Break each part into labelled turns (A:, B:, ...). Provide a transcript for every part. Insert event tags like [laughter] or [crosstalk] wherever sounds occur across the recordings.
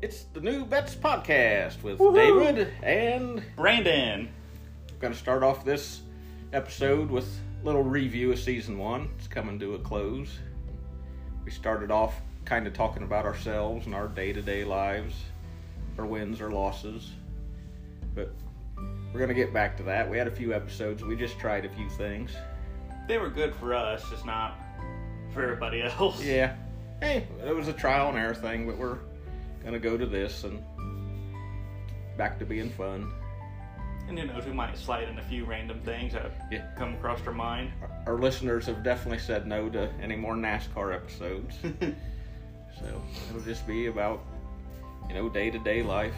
A: It's the New Bets Podcast with
B: Woohoo.
A: David, and
B: Brandon.
A: I'm going to start off this episode with a little review of season one. It's coming to a close. We started off kind of talking about ourselves and our day to day lives, our wins or losses, but we're going to get back to that. We had a few episodes, we just tried a few things.
B: They were good for us, just not for everybody else.
A: Yeah. Hey, it was a trial and error thing, but we're gonna go to this and back to being fun.
B: And who knows, we might slide in a few random things that
A: Yeah.
B: come across
A: [laughs]
B: our mind.
A: Our- Our listeners have definitely said no to any more NASCAR episodes, so it'll just be about you know day to day life.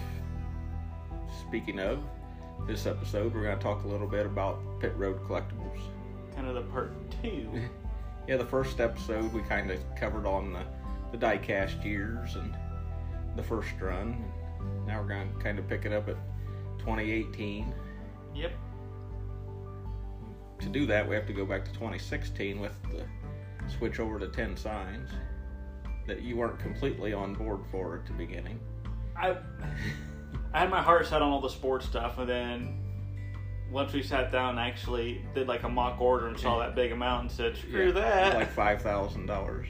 A: Speaking of this episode, we're gonna talk a little bit about pit road collectibles.
B: kind of the part two.
A: [laughs] Yeah, the first episode we kind of covered on the, the diecast years and the first run. And now we're going to kind of pick it up at 2018.
B: Yep.
A: To do that, we have to go back to 2016 with the switch over to 10 signs that you weren't completely on board for at the beginning.
B: I I had my heart set on all the sports stuff, and then once we sat down, and actually did like a mock order and saw that big amount and said, "Screw that!
A: Like $5,000.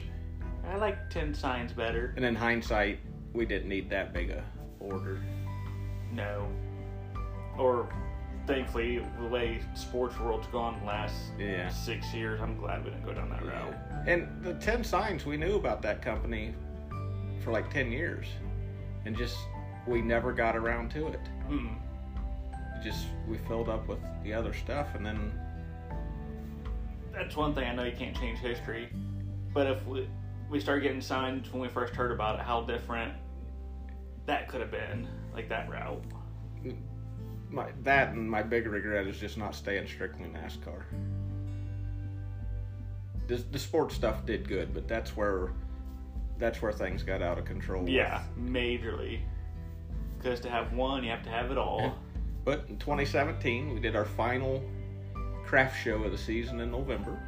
B: I like ten signs better."
A: And in hindsight, we didn't need that big a order.
B: No. Or thankfully, the way sports world's gone the last
A: Yeah.
B: six years, I'm glad we didn't go down that route.
A: And the 10 signs, we knew about that company for like 10 years. And just, we never got around to it.
B: Hmm.
A: It Just, we filled up with the other stuff. And then,
B: That's one thing I know you can't change history, but if we, we start getting signs when we first heard about it, how different that could have been, like that route.
A: my, that and my big regret is just not staying strictly NASCAR. The, the sports stuff did good, but that's where that's where things got out of control. with-
B: Yeah, majorly. Because to have one, you have to have it all.
A: But in 2017, we did our final craft show of the season in November.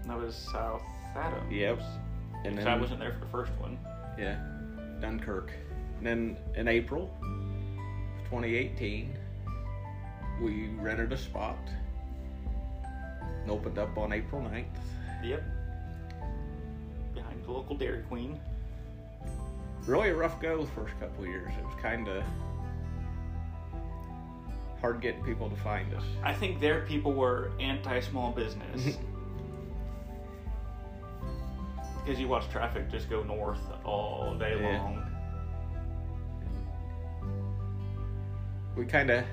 B: And that was South Adams.
A: Yep. And
B: Because I wasn't there for the first one.
A: Yeah, Dunkirk. And then in April of 2018, we rented a spot and opened up on April 9th.
B: Yep. Behind the local Dairy Queen.
A: Really a rough go the first couple of years. It was kind of hard getting people to find us.
B: I think their people were anti small
A: [laughs]
B: business. Because you watch traffic just go north all day
A: Yeah.
B: long.
A: We kind of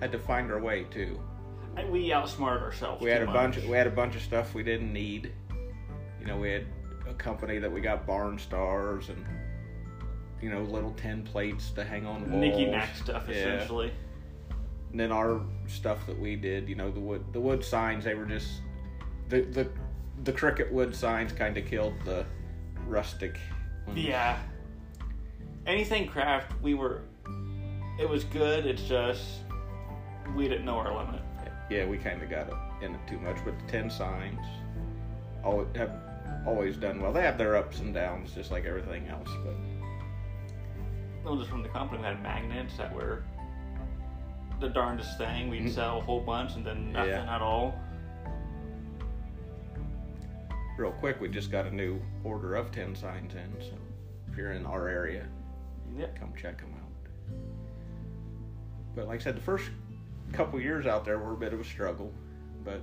A: had to find our way too.
B: I- We outsmarted ourselves.
A: We had
B: too
A: a
B: much.
A: bunch. We had a bunch of stuff we didn't need. You know, we had a company that we got barn stars and you know little tin plates to hang on walls.
B: Nicky Nack stuff
A: Yeah.
B: essentially.
A: And then our stuff that we did, you know, the wood the wood signs. They were just the the the cricket wood signs kind of killed the rustic. ones.
B: Yeah. Anything craft, we were. It was good. It's just we didn't know our limit.
A: Yeah, we kind of got in it too much, but the ten signs always have always done well. They have their ups and downs, just like everything else, but.
B: It was from the company. We had magnets that were the darndest thing. We'd sell a whole bunch and then nothing
A: Mm-hmm. Yeah.
B: at all.
A: real quick, we just got a new order of 10 signs in. So if you're in our area,
B: Yep.
A: come check them out. But like I said, the first couple years out there were a bit of a struggle, but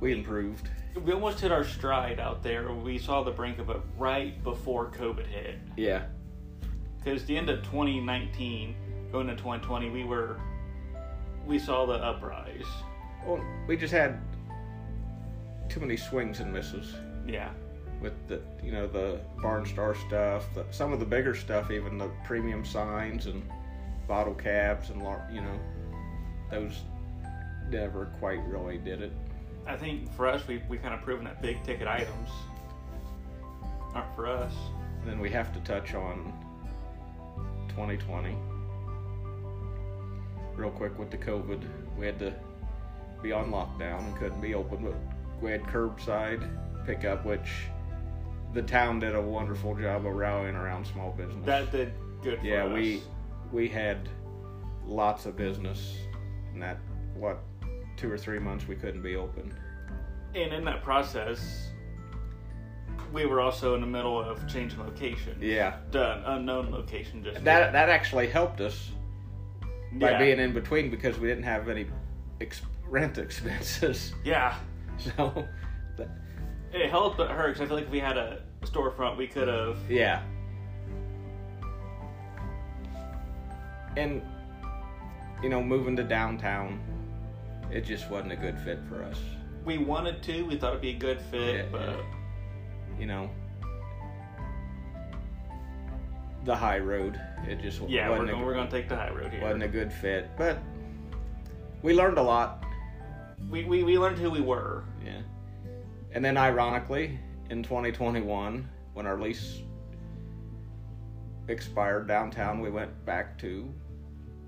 A: we improved.
B: We almost hit our stride out there. We saw the brink of it right before COVID hit.
A: Yeah.
B: Because the end of 2019, going to 2020, we were. We saw the uprise.
A: Well, we just had too many swings and misses.
B: Yeah.
A: with the you know the barn star stuff the, some of the bigger stuff even the premium signs and bottle caps and lar- you know those never quite really did it
B: I think for us, we we kind of proven that big ticket items aren't for us.
A: and then we have to touch on 2020 real quick with the covid we had to be on lockdown and couldn't be open but we had curbside pickup, which the town did a wonderful job of rallying around small business.
B: That did good. For
A: yeah,
B: us.
A: we we had lots of business, and that what two or three months we couldn't be open.
B: and in that process, we were also in the middle of changing location.
A: Yeah,
B: to an unknown location just
A: that that actually helped us by
B: yeah.
A: being in between because we didn't have any ex- rent expenses. [laughs]
B: yeah.
A: So, that,
B: It helped but her because I feel like if we had a storefront, we could have.
A: yeah. And you know, moving to downtown, it just wasn't a good fit for us.
B: We wanted to. We thought it'd be a good fit,
A: Yeah,
B: but
A: yeah. You know, the high road. It just
B: yeah, we're
A: wasn't,
B: gonna,
A: a,
B: we're gonna take the high road here.
A: wasn't a good fit. But we learned a lot.
B: we, we we learned who we were.
A: Yeah. And then ironically, in 2021, when our lease expired downtown, we went back to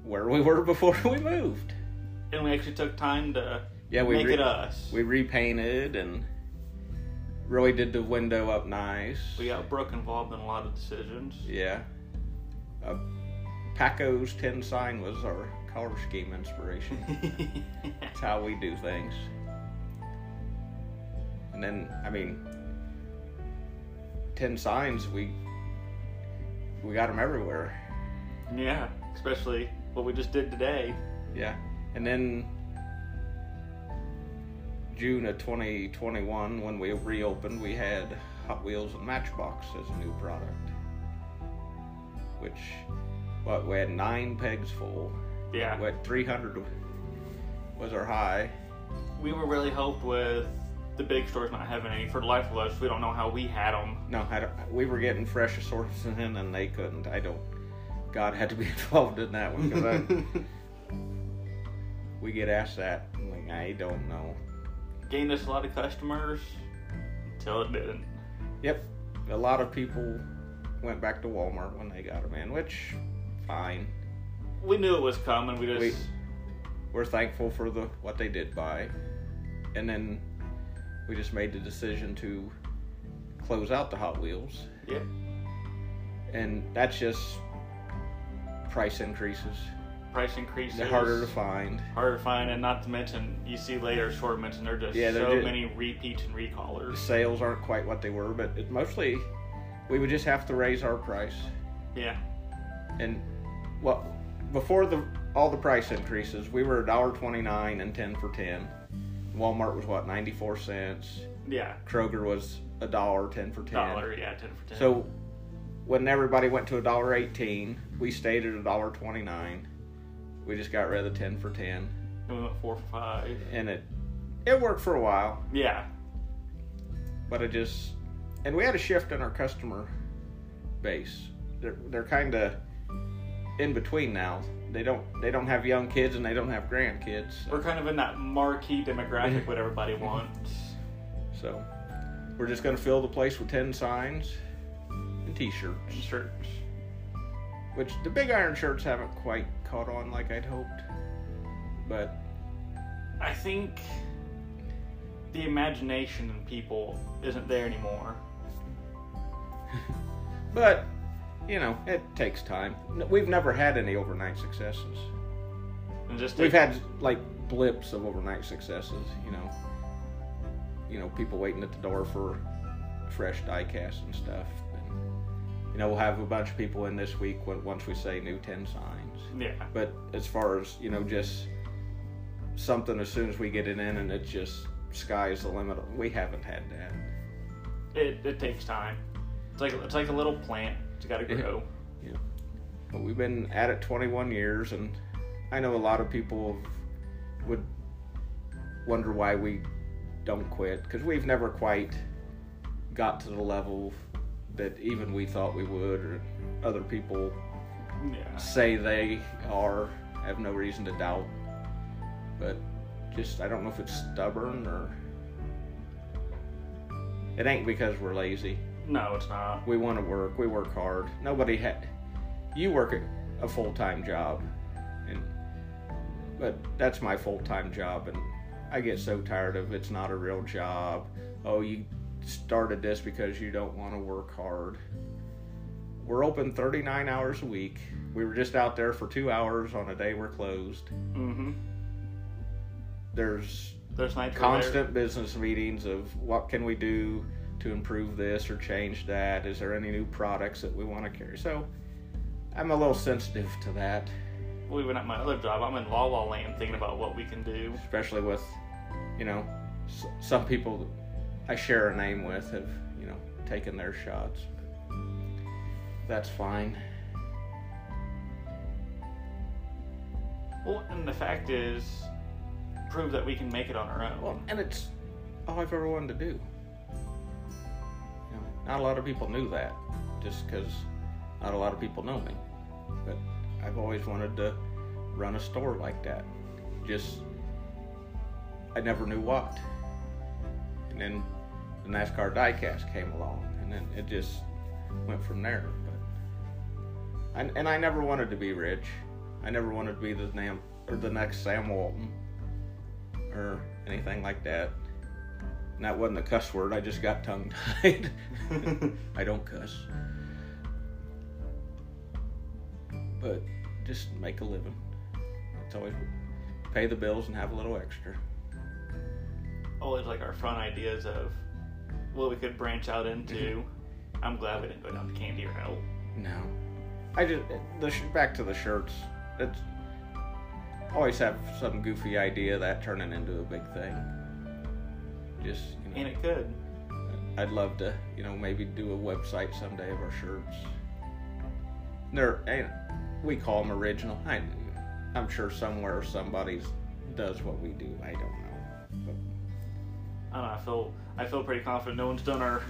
A: where we were [laughs] before we moved.
B: and we actually took time to
A: Yeah, we
B: make
A: re-
B: it us.
A: we repainted and really did the window up nice.
B: We got Brooke involved in a lot of decisions.
A: yeah. Uh, Paco's tin sign was our color scheme inspiration. That's how we do things. And then, I mean, ten signs we we got them everywhere.
B: [laughs] yeah, especially what we just did today.
A: Yeah. And then June of 2021, when we reopened, we had Hot Wheels and Matchbox as a new product, which what we had nine pegs full.
B: Yeah,
A: We had 300 was our high.
B: we were really helped with the big stores not having any. For the life of us, we don't know how we had them.
A: No, I don't- we were getting fresh assortments in, and they couldn't. I don't. God had to be [laughs] involved in that one because
B: [laughs]
A: [laughs] we get asked that. I'm like, I don't know.
B: Gained us a lot of customers until it didn't.
A: Yep, a lot of people went back to Walmart when they got them in, which fine.
B: We knew it was coming. We just
A: We- We're thankful for the what they did buy, and then we just made the decision to close out the Hot Wheels,
B: yeah.
A: and that's just price increases.
B: Price increases.
A: They're harder to find.
B: Harder to find, and not to mention, you see later assortments, and there are just
A: Yeah, they're
B: so
A: ju-
B: many repeats and
A: the
B: recallers.
A: sales aren't quite what they were, but it mostly we would just have to raise our price.
B: Yeah,
A: And what before the all the price increases, we were $1.29 and 10 for 10. Walmart was what 94 cents.
B: yeah.
A: Kroger was a dollar 10 for 10.
B: Dollar, yeah, ten for ten.
A: So when everybody went to $1.18, we stayed at $1.29. We just got rid of the 10 for 10
B: and we went four for five.
A: and it it worked for a while,
B: Yeah,
A: but it just and we had a shift in our customer base they're they're kind of in between now they don't they don't have young kids and they don't have grandkids
B: we're kind of in that marquee
A: [laughs]
B: demographic what everybody wants.
A: so we're just going to fill the place with 10 signs and t-shirts
B: Shirts.
A: which the big iron shirts haven't quite caught on like i'd hoped but
B: I think the imagination in people isn't there anymore.
A: but you know it takes time N- we've never had any overnight successes
B: And just
A: We've had like blips of overnight successes, you know. You know, people waiting at the door for fresh die casts and stuff. And, you know, we'll have a bunch of people in this week when, once we say new 10 signs.
B: yeah,
A: But as far as, you know, just something as soon as we get it in and it's just sky's the limit, we haven't had that.
B: it, it takes time. It's like it's like a little plant. It's got to
A: Yeah.
B: grow.
A: But we've been at it 21 years, and I know a lot of people would wonder why we don't quit because we've never quite got to the level that even we thought we would, or other people
B: Yeah.
A: say they are. I have no reason to doubt, but just I don't know if it's stubborn or it ain't because we're lazy.
B: No, it's not.
A: We want to work. We work hard. Nobody had. You work a- a full time job, and but that's my full time job, and I get so tired of it's not a real job. Oh, you started this because you don't want to work hard. We're open 39 hours a week. We were just out there for two hours on a day we're closed.
B: Mm-hmm.
A: There's
B: There's nights where they're-
A: constant business meetings of what can we do to improve this or change that? Is there any new products that we want to carry? So I'm a little sensitive to that,
B: Well, even at my other job, I'm in La La Land thinking about what we can do.
A: especially with, you know, s- some people I share a name with have, you know, taken their shots. That's fine.
B: Well, and the fact is, prove that we can make it on our own.
A: Well, and it's all I've ever wanted to do. You know, not a lot of people knew that, just because not a lot of people know me. But I've always wanted to run a store like that. Just I never knew what. And then the NASCAR diecast came along, and then it just went from there. But and, and I never wanted to be rich. I never wanted to be the Nam or the next Sam Walton or anything like that. And that wasn't a cuss word. I just got tongue
B: [laughs]
A: tied. I don't cuss. But just make a living. It's always pay the bills and have a little extra.
B: Always like our fun ideas of what we could branch out into.
A: Mm-hmm.
B: I'm glad we didn't go down the candy route.
A: No, I just the sh- back to the shirts. It's always have some goofy idea of that turning into a big thing. Just you know.
B: And it could.
A: I'd love to, you know, maybe do a website someday of our shirts. They're, and we call them original. I, I'm sure somewhere somebody's does what we do. I don't know. But
B: I don't know. I feel I feel pretty confident. No one's done our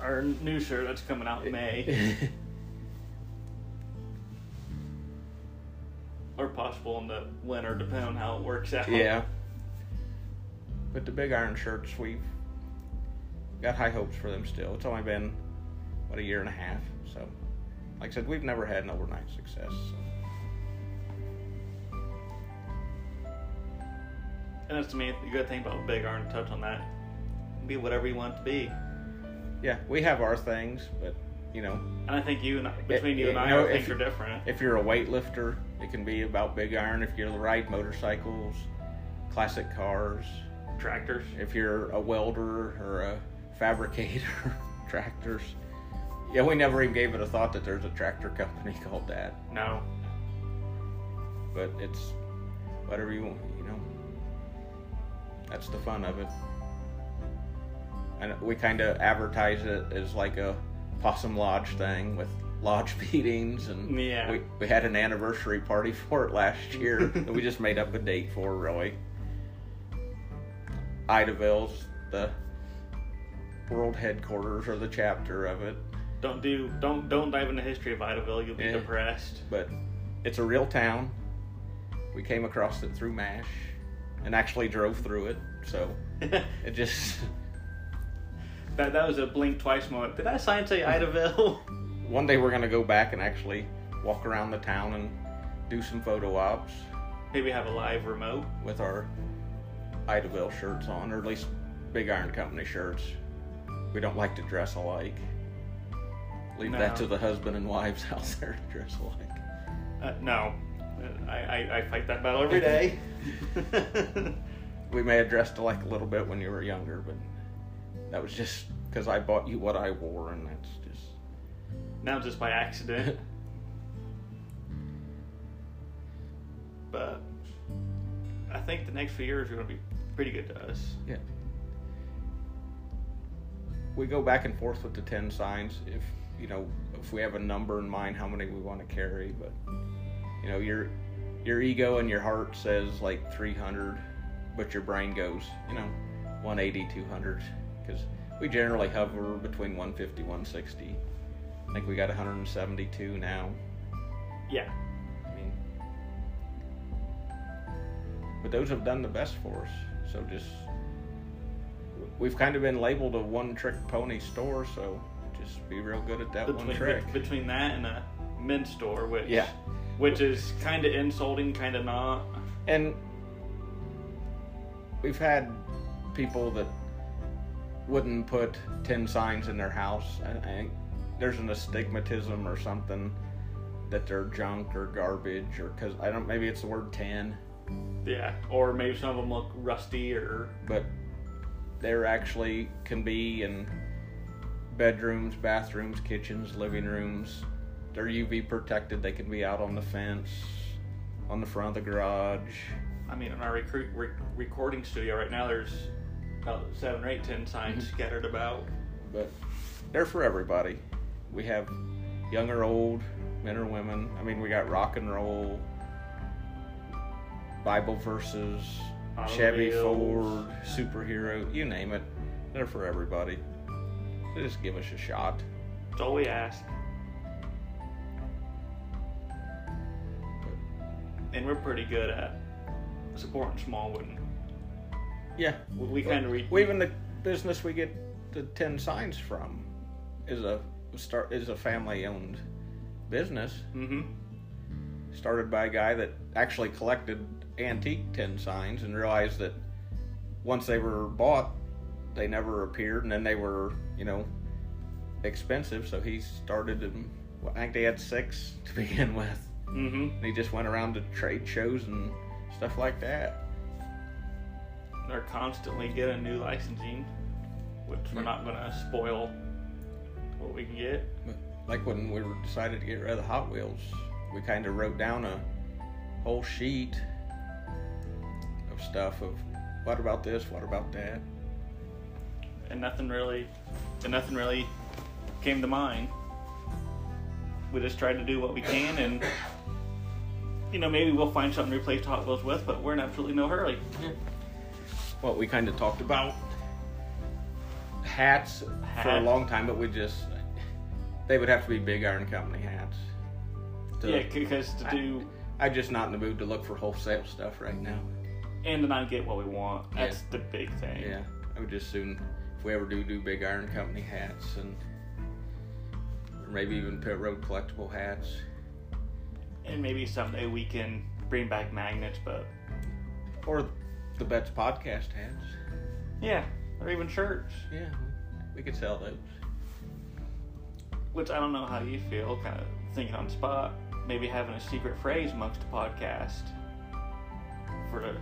B: our new shirt that's coming out
A: [laughs]
B: in May or possible in the winter, depending on how it works out.
A: yeah. But the big iron shirts, we've got high hopes for them still. It's only been what a year and a half, so like I said, we've never had an overnight success. So.
B: And that's to me the good thing about Big Iron. Touch on that. Be whatever you want it to be.
A: Yeah, we have our things, but you know,
B: And I think you and I, between you
A: yeah,
B: and I,
A: no,
B: I
A: if-
B: think are different.
A: If you're a weightlifter, it can be about big iron. If you ride motorcycles, classic cars.
B: Tractors.
A: If you're a welder or a fabricator, [laughs] tractors. Yeah, we never even gave it a thought that there's a tractor company [laughs] called that.
B: No.
A: But it's whatever you want, you know. That's the fun of it. And we kind of advertise it as like a Possum Lodge thing with lodge [laughs] meetings and
B: Yeah.
A: we, we had an anniversary party [laughs] for it last year that we just made up a date for, really. Idaville's the world headquarters or the chapter of it,
B: Don't do don't don't dive into history of Idaville. You'll be
A: Yeah.
B: depressed. [laughs]
A: but it's a real town. We came across it through MASH and actually drove through it, so
B: that
A: it just. [laughs]
B: that was a blink twice moment. Did that sign say Idaville? [laughs]
A: One day we're gonna go back and actually walk around the town and do some photo ops
B: Maybe have a live remote.
A: with our Idaville shirts on, or at least Big Iron Company shirts. We don't like to dress alike. Leave that
B: No.
A: to the husband and wives [laughs] out there to dress alike.
B: Uh, no, I, I I fight that battle every day.
A: [laughs] We may have dressed alike a little bit when you were younger, but that was just because I bought you what I wore, and that's just.
B: now just by accident. But I think the next few years are going to be pretty good to us.
A: Yeah. We go back and forth with the ten signs if you know if we have a number in mind how many we want to carry, but you know your your ego and your heart says like 300, but your brain goes you know 180, 200 because we generally hover between 150, 160. I think we got 172 now.
B: Yeah.
A: I mean, but those have done the best for us. So just, we've kind of been labeled a one-trick pony store. So just be real good at that one
B: Between,
A: trick.
B: between that and a men's store, which
A: Yeah.
B: which is kind of insulting, kind of not.
A: And we've had people that wouldn't put ten signs in their house. I, I, there's an astigmatism or something that they're junk or garbage or because I don't. Maybe it's the word ten,
B: Yeah, or maybe some of them look rusty or
A: but they're actually can be in bedrooms, bathrooms, kitchens, living rooms. They're UV protected. They can be out on the fence, on the front of the garage.
B: I mean, in our recruit, re- recording studio right now, there's about seven or eight, ten signs scattered about.
A: but they're for everybody. We have young or old, men or women. I mean, we got rock and roll, Bible verses, Chevy
B: Automobiles.
A: Ford, superhero, you name it. They're for everybody. So just give us a shot.
B: That's all we ask. And we're pretty good at supporting Smallwood.
A: Yeah.
B: We, we kind of re-
A: Well, even the business we get the ten signs from is a start is a family owned business
B: hmm
A: started by a guy that actually collected antique tin signs and realized that once they were bought, they never appeared, and then they were, you know, expensive. So he started them. well, I think they had six [laughs] to begin with.
B: hmm
A: And he just went around to trade shows and stuff like that.
B: They're constantly getting new licensing, which we're not going to spoil what we can get.
A: But like when we were decided to get rid of the Hot Wheels, we kind of wrote down a whole sheet of stuff of what about this, what about that.
B: and nothing really and nothing really came to mind. We just tried to do what we can and you know, maybe we'll find something to replace Hot Wheels with, but we're in absolutely no hurry.
A: what we kind of talked about hats, for a
B: Hats.
A: long time, but we just they would have to be big iron company hats. To-
B: Yeah, because to do
A: I'm just not in the mood to look for wholesale stuff right now.
B: and to not get what we want.
A: Yeah.
B: That's the big thing.
A: Yeah, I would just soon if we ever do do big iron company hats and or maybe even pit road collectible hats.
B: And maybe someday we can bring back magnets, but
A: Or the Bets podcast hats.
B: yeah, or even shirts.
A: Yeah, we could sell those.
B: Which I don't know how you feel, kind of thinking on the spot. Maybe having a secret phrase amongst the podcast for the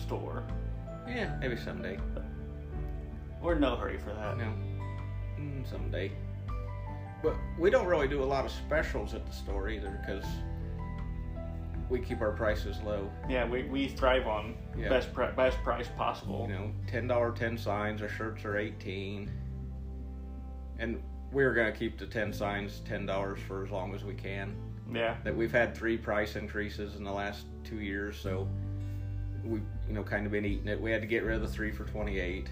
B: store.
A: Yeah, maybe someday.
B: We're in no hurry for that.
A: No. Mm, someday. But we don't really do a lot of specials at the store either because we keep our prices low.
B: Yeah, we, we thrive on
A: Yeah.
B: best pri- best price possible.
A: You know, ten dollar ten signs. Our shirts are eighteen, and we're gonna keep the ten signs ten dollars for as long as we can.
B: Yeah,
A: That we've had three price increases in the last two years, so we have you know kind of been eating it. We had to get rid of the three for twenty eight,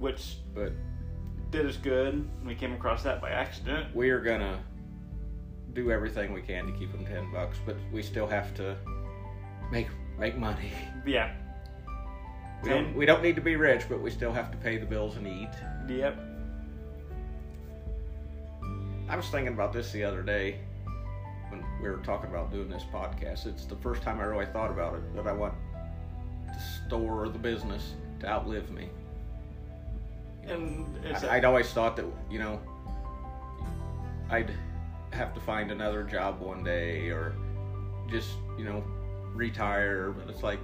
B: which
A: but
B: did us good. We came across that by accident.
A: we are gonna do everything we can to keep them ten bucks, but we still have to make make money.
B: Yeah.
A: We don't,
B: Ten-
A: we don't need to be rich, but we still have to pay the bills and eat.
B: Yep.
A: I was thinking about this the other day when we were talking about doing this podcast. It's the first time I really thought about it that I want the store or the business to outlive me.
B: And it's
A: I, I'd always thought that you know I'd have to find another job one day or just you know retire, but it's like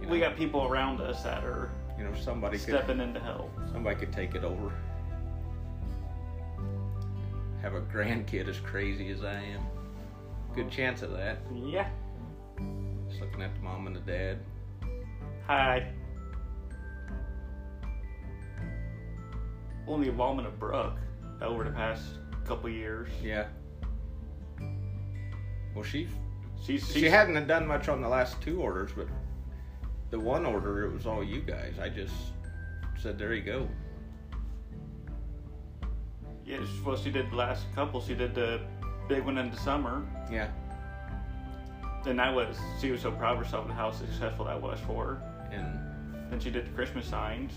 A: you know,
B: we got people around us that are
A: you know somebody could
B: stepping into help.
A: somebody could take it over. Have a grandkid as crazy as I am. Good chance of that.
B: Yeah.
A: Just looking at the mom and the dad.
B: Hi. Only involvement of Brooke over the past couple years.
A: Yeah. Well, she
B: She's, she's
A: she hadn't done much on the last two orders, but the one order it was all you guys. I just said, "There you go."
B: yeah, she- well she did the last couple. She did the big one in the summer.
A: Yeah,
B: And that was she was so proud of herself and how successful that was for her.
A: and
B: Then she did the Christmas signs.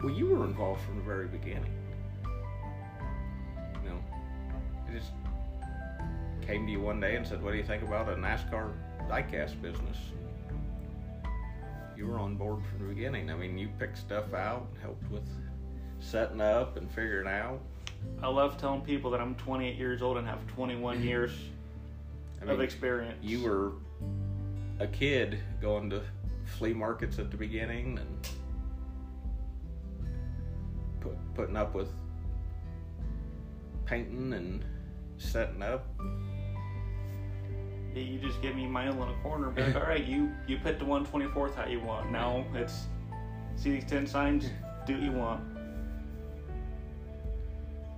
A: well, you were involved from the very beginning. You know, I just came to you one day and said, "What do you think about a NASCAR diecast business?" you were on board from the beginning. I mean, you picked stuff out, helped with setting up and figuring out.
B: I love telling people that I'm 28 years old and have 21 years
A: I
B: of
A: mean,
B: experience.
A: you were a kid going to flea markets at the beginning and put, putting up with painting and setting up.
B: Yeah, you just give me my own little corner. Be like, all right, you you put the 124th how you want. Now it's see these 10 signs, do what you want.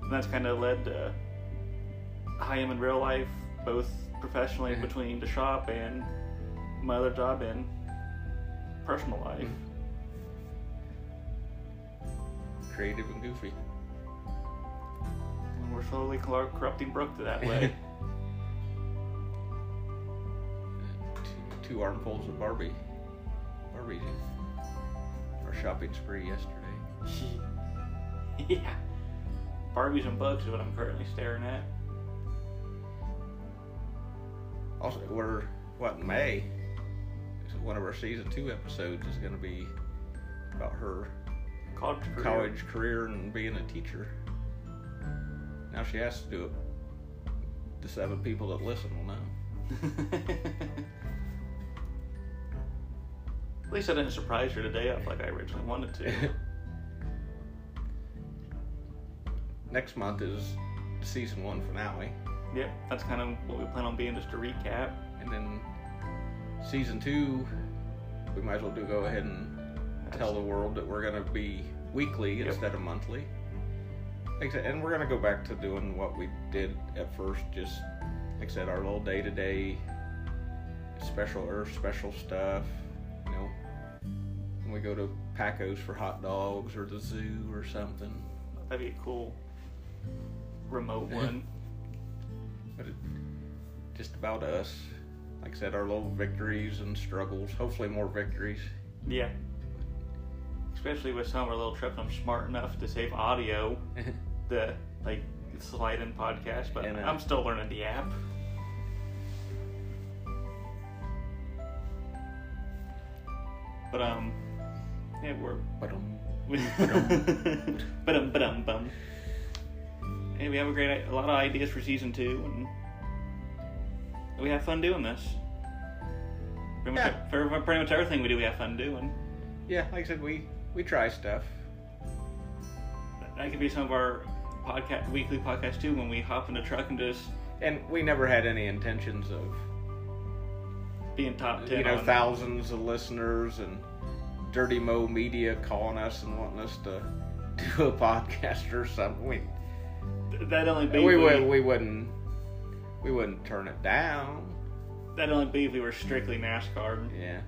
B: And that's kind of led to how I am in real life, both professionally between the shop and my other job and personal life.
A: creative and goofy.
B: And we're slowly cor- corrupting Brooke to that
A: [laughs]
B: way.
A: two, two armfuls of Barbie. Barbie. Our shopping spree yesterday.
B: [laughs] yeah. Barbies and bugs is what I'm currently staring at.
A: Also, we're what in May. So One of our season two episodes is going to be about her
B: College career.
A: college career and being a teacher. Now she has to do it. The seven people that listen will know.
B: At least I didn't surprise her today up like I originally wanted
A: [laughs]
B: to.
A: Next month is the season one finale,
B: yep, that's kind of what we plan on being, just a recap.
A: and then season two, we might as well do go ahead and tell the world that we're gonna be weekly
B: Yep.
A: instead of monthly. Like I said, and we're gonna go back to doing what we did at first, just like I said, our little day to day special or special stuff. You know, when we go to Paco's for hot dogs or the zoo or something.
B: That'd be a cool remote
A: Yeah. [laughs]
B: one.
A: But it, just about us. Like I said, our little victories and struggles. Hopefully, more victories. [laughs]
B: Yeah. Especially with some of our little trips, I'm smart enough to save audio, the like slide in podcast, but
A: And, uh,
B: I'm still learning the app. But um, yeah, we're
A: but um,
B: but um, but um, bum. Hey, we have a great, a lot of ideas for season two, and we have fun doing this. Pretty much,
A: Yeah.
B: for, for pretty much everything we do, we have fun doing.
A: yeah, like I said, we we try stuff.
B: That could be some of our podcast, weekly podcast too, when we hop in the truck and just
A: and we never had any intentions of
B: being top ten.
A: you know
B: on-
A: thousands of listeners and dirty mo media calling us and wanting us to [laughs] do a podcast or something we
B: that'd only be
A: we,
B: if
A: would, we wouldn't we wouldn't turn it down
B: that'd only be if we were strictly NASCAR.
A: yeah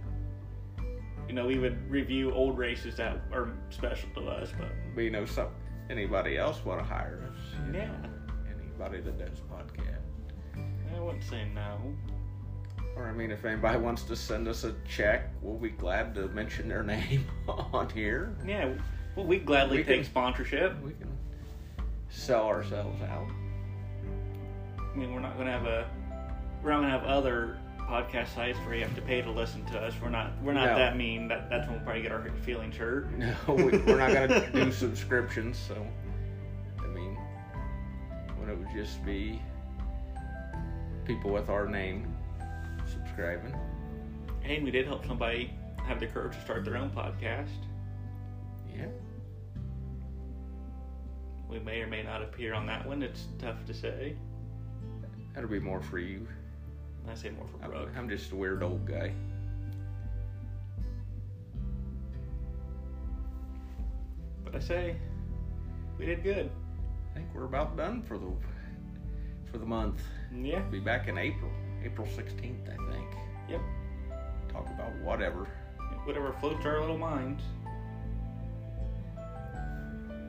B: You know, we would review old races that are special to us, but
A: but you know some anybody else want to hire us you know,
B: yeah,
A: anybody that does podcast
B: eh, I wouldn't say no.
A: or i mean if anybody wants to send us a check we'll be glad to mention their [laughs] name on here
B: Yeah, well, we gladly
A: We
B: take
A: can-
B: sponsorship.
A: we can sell ourselves out
B: I mean, we're not gonna have a we're not gonna have other podcast sites where you have to pay to listen to us. We're not we're not
A: No.
B: that mean. That that's when we'll probably get our feelings hurt.
A: [laughs] No, we, we're not gonna do subscriptions. So, I mean, when it would just be people with our name subscribing.
B: Hey, we did help somebody have the courage to start their own podcast.
A: Yeah,
B: We may or may not appear on that one. It's tough to say.
A: that'll be more for you.
B: I say more for
A: I'm,
B: Brooke.
A: I'm just a weird old guy.
B: But I say we did good.
A: I think we're about done for the for the month.
B: Yeah.
A: Be back in April, April sixteenth, I think.
B: Yep.
A: Talk about whatever.
B: Whatever floats our little minds.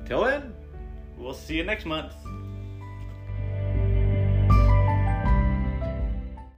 A: Till then.
B: We'll see you next month.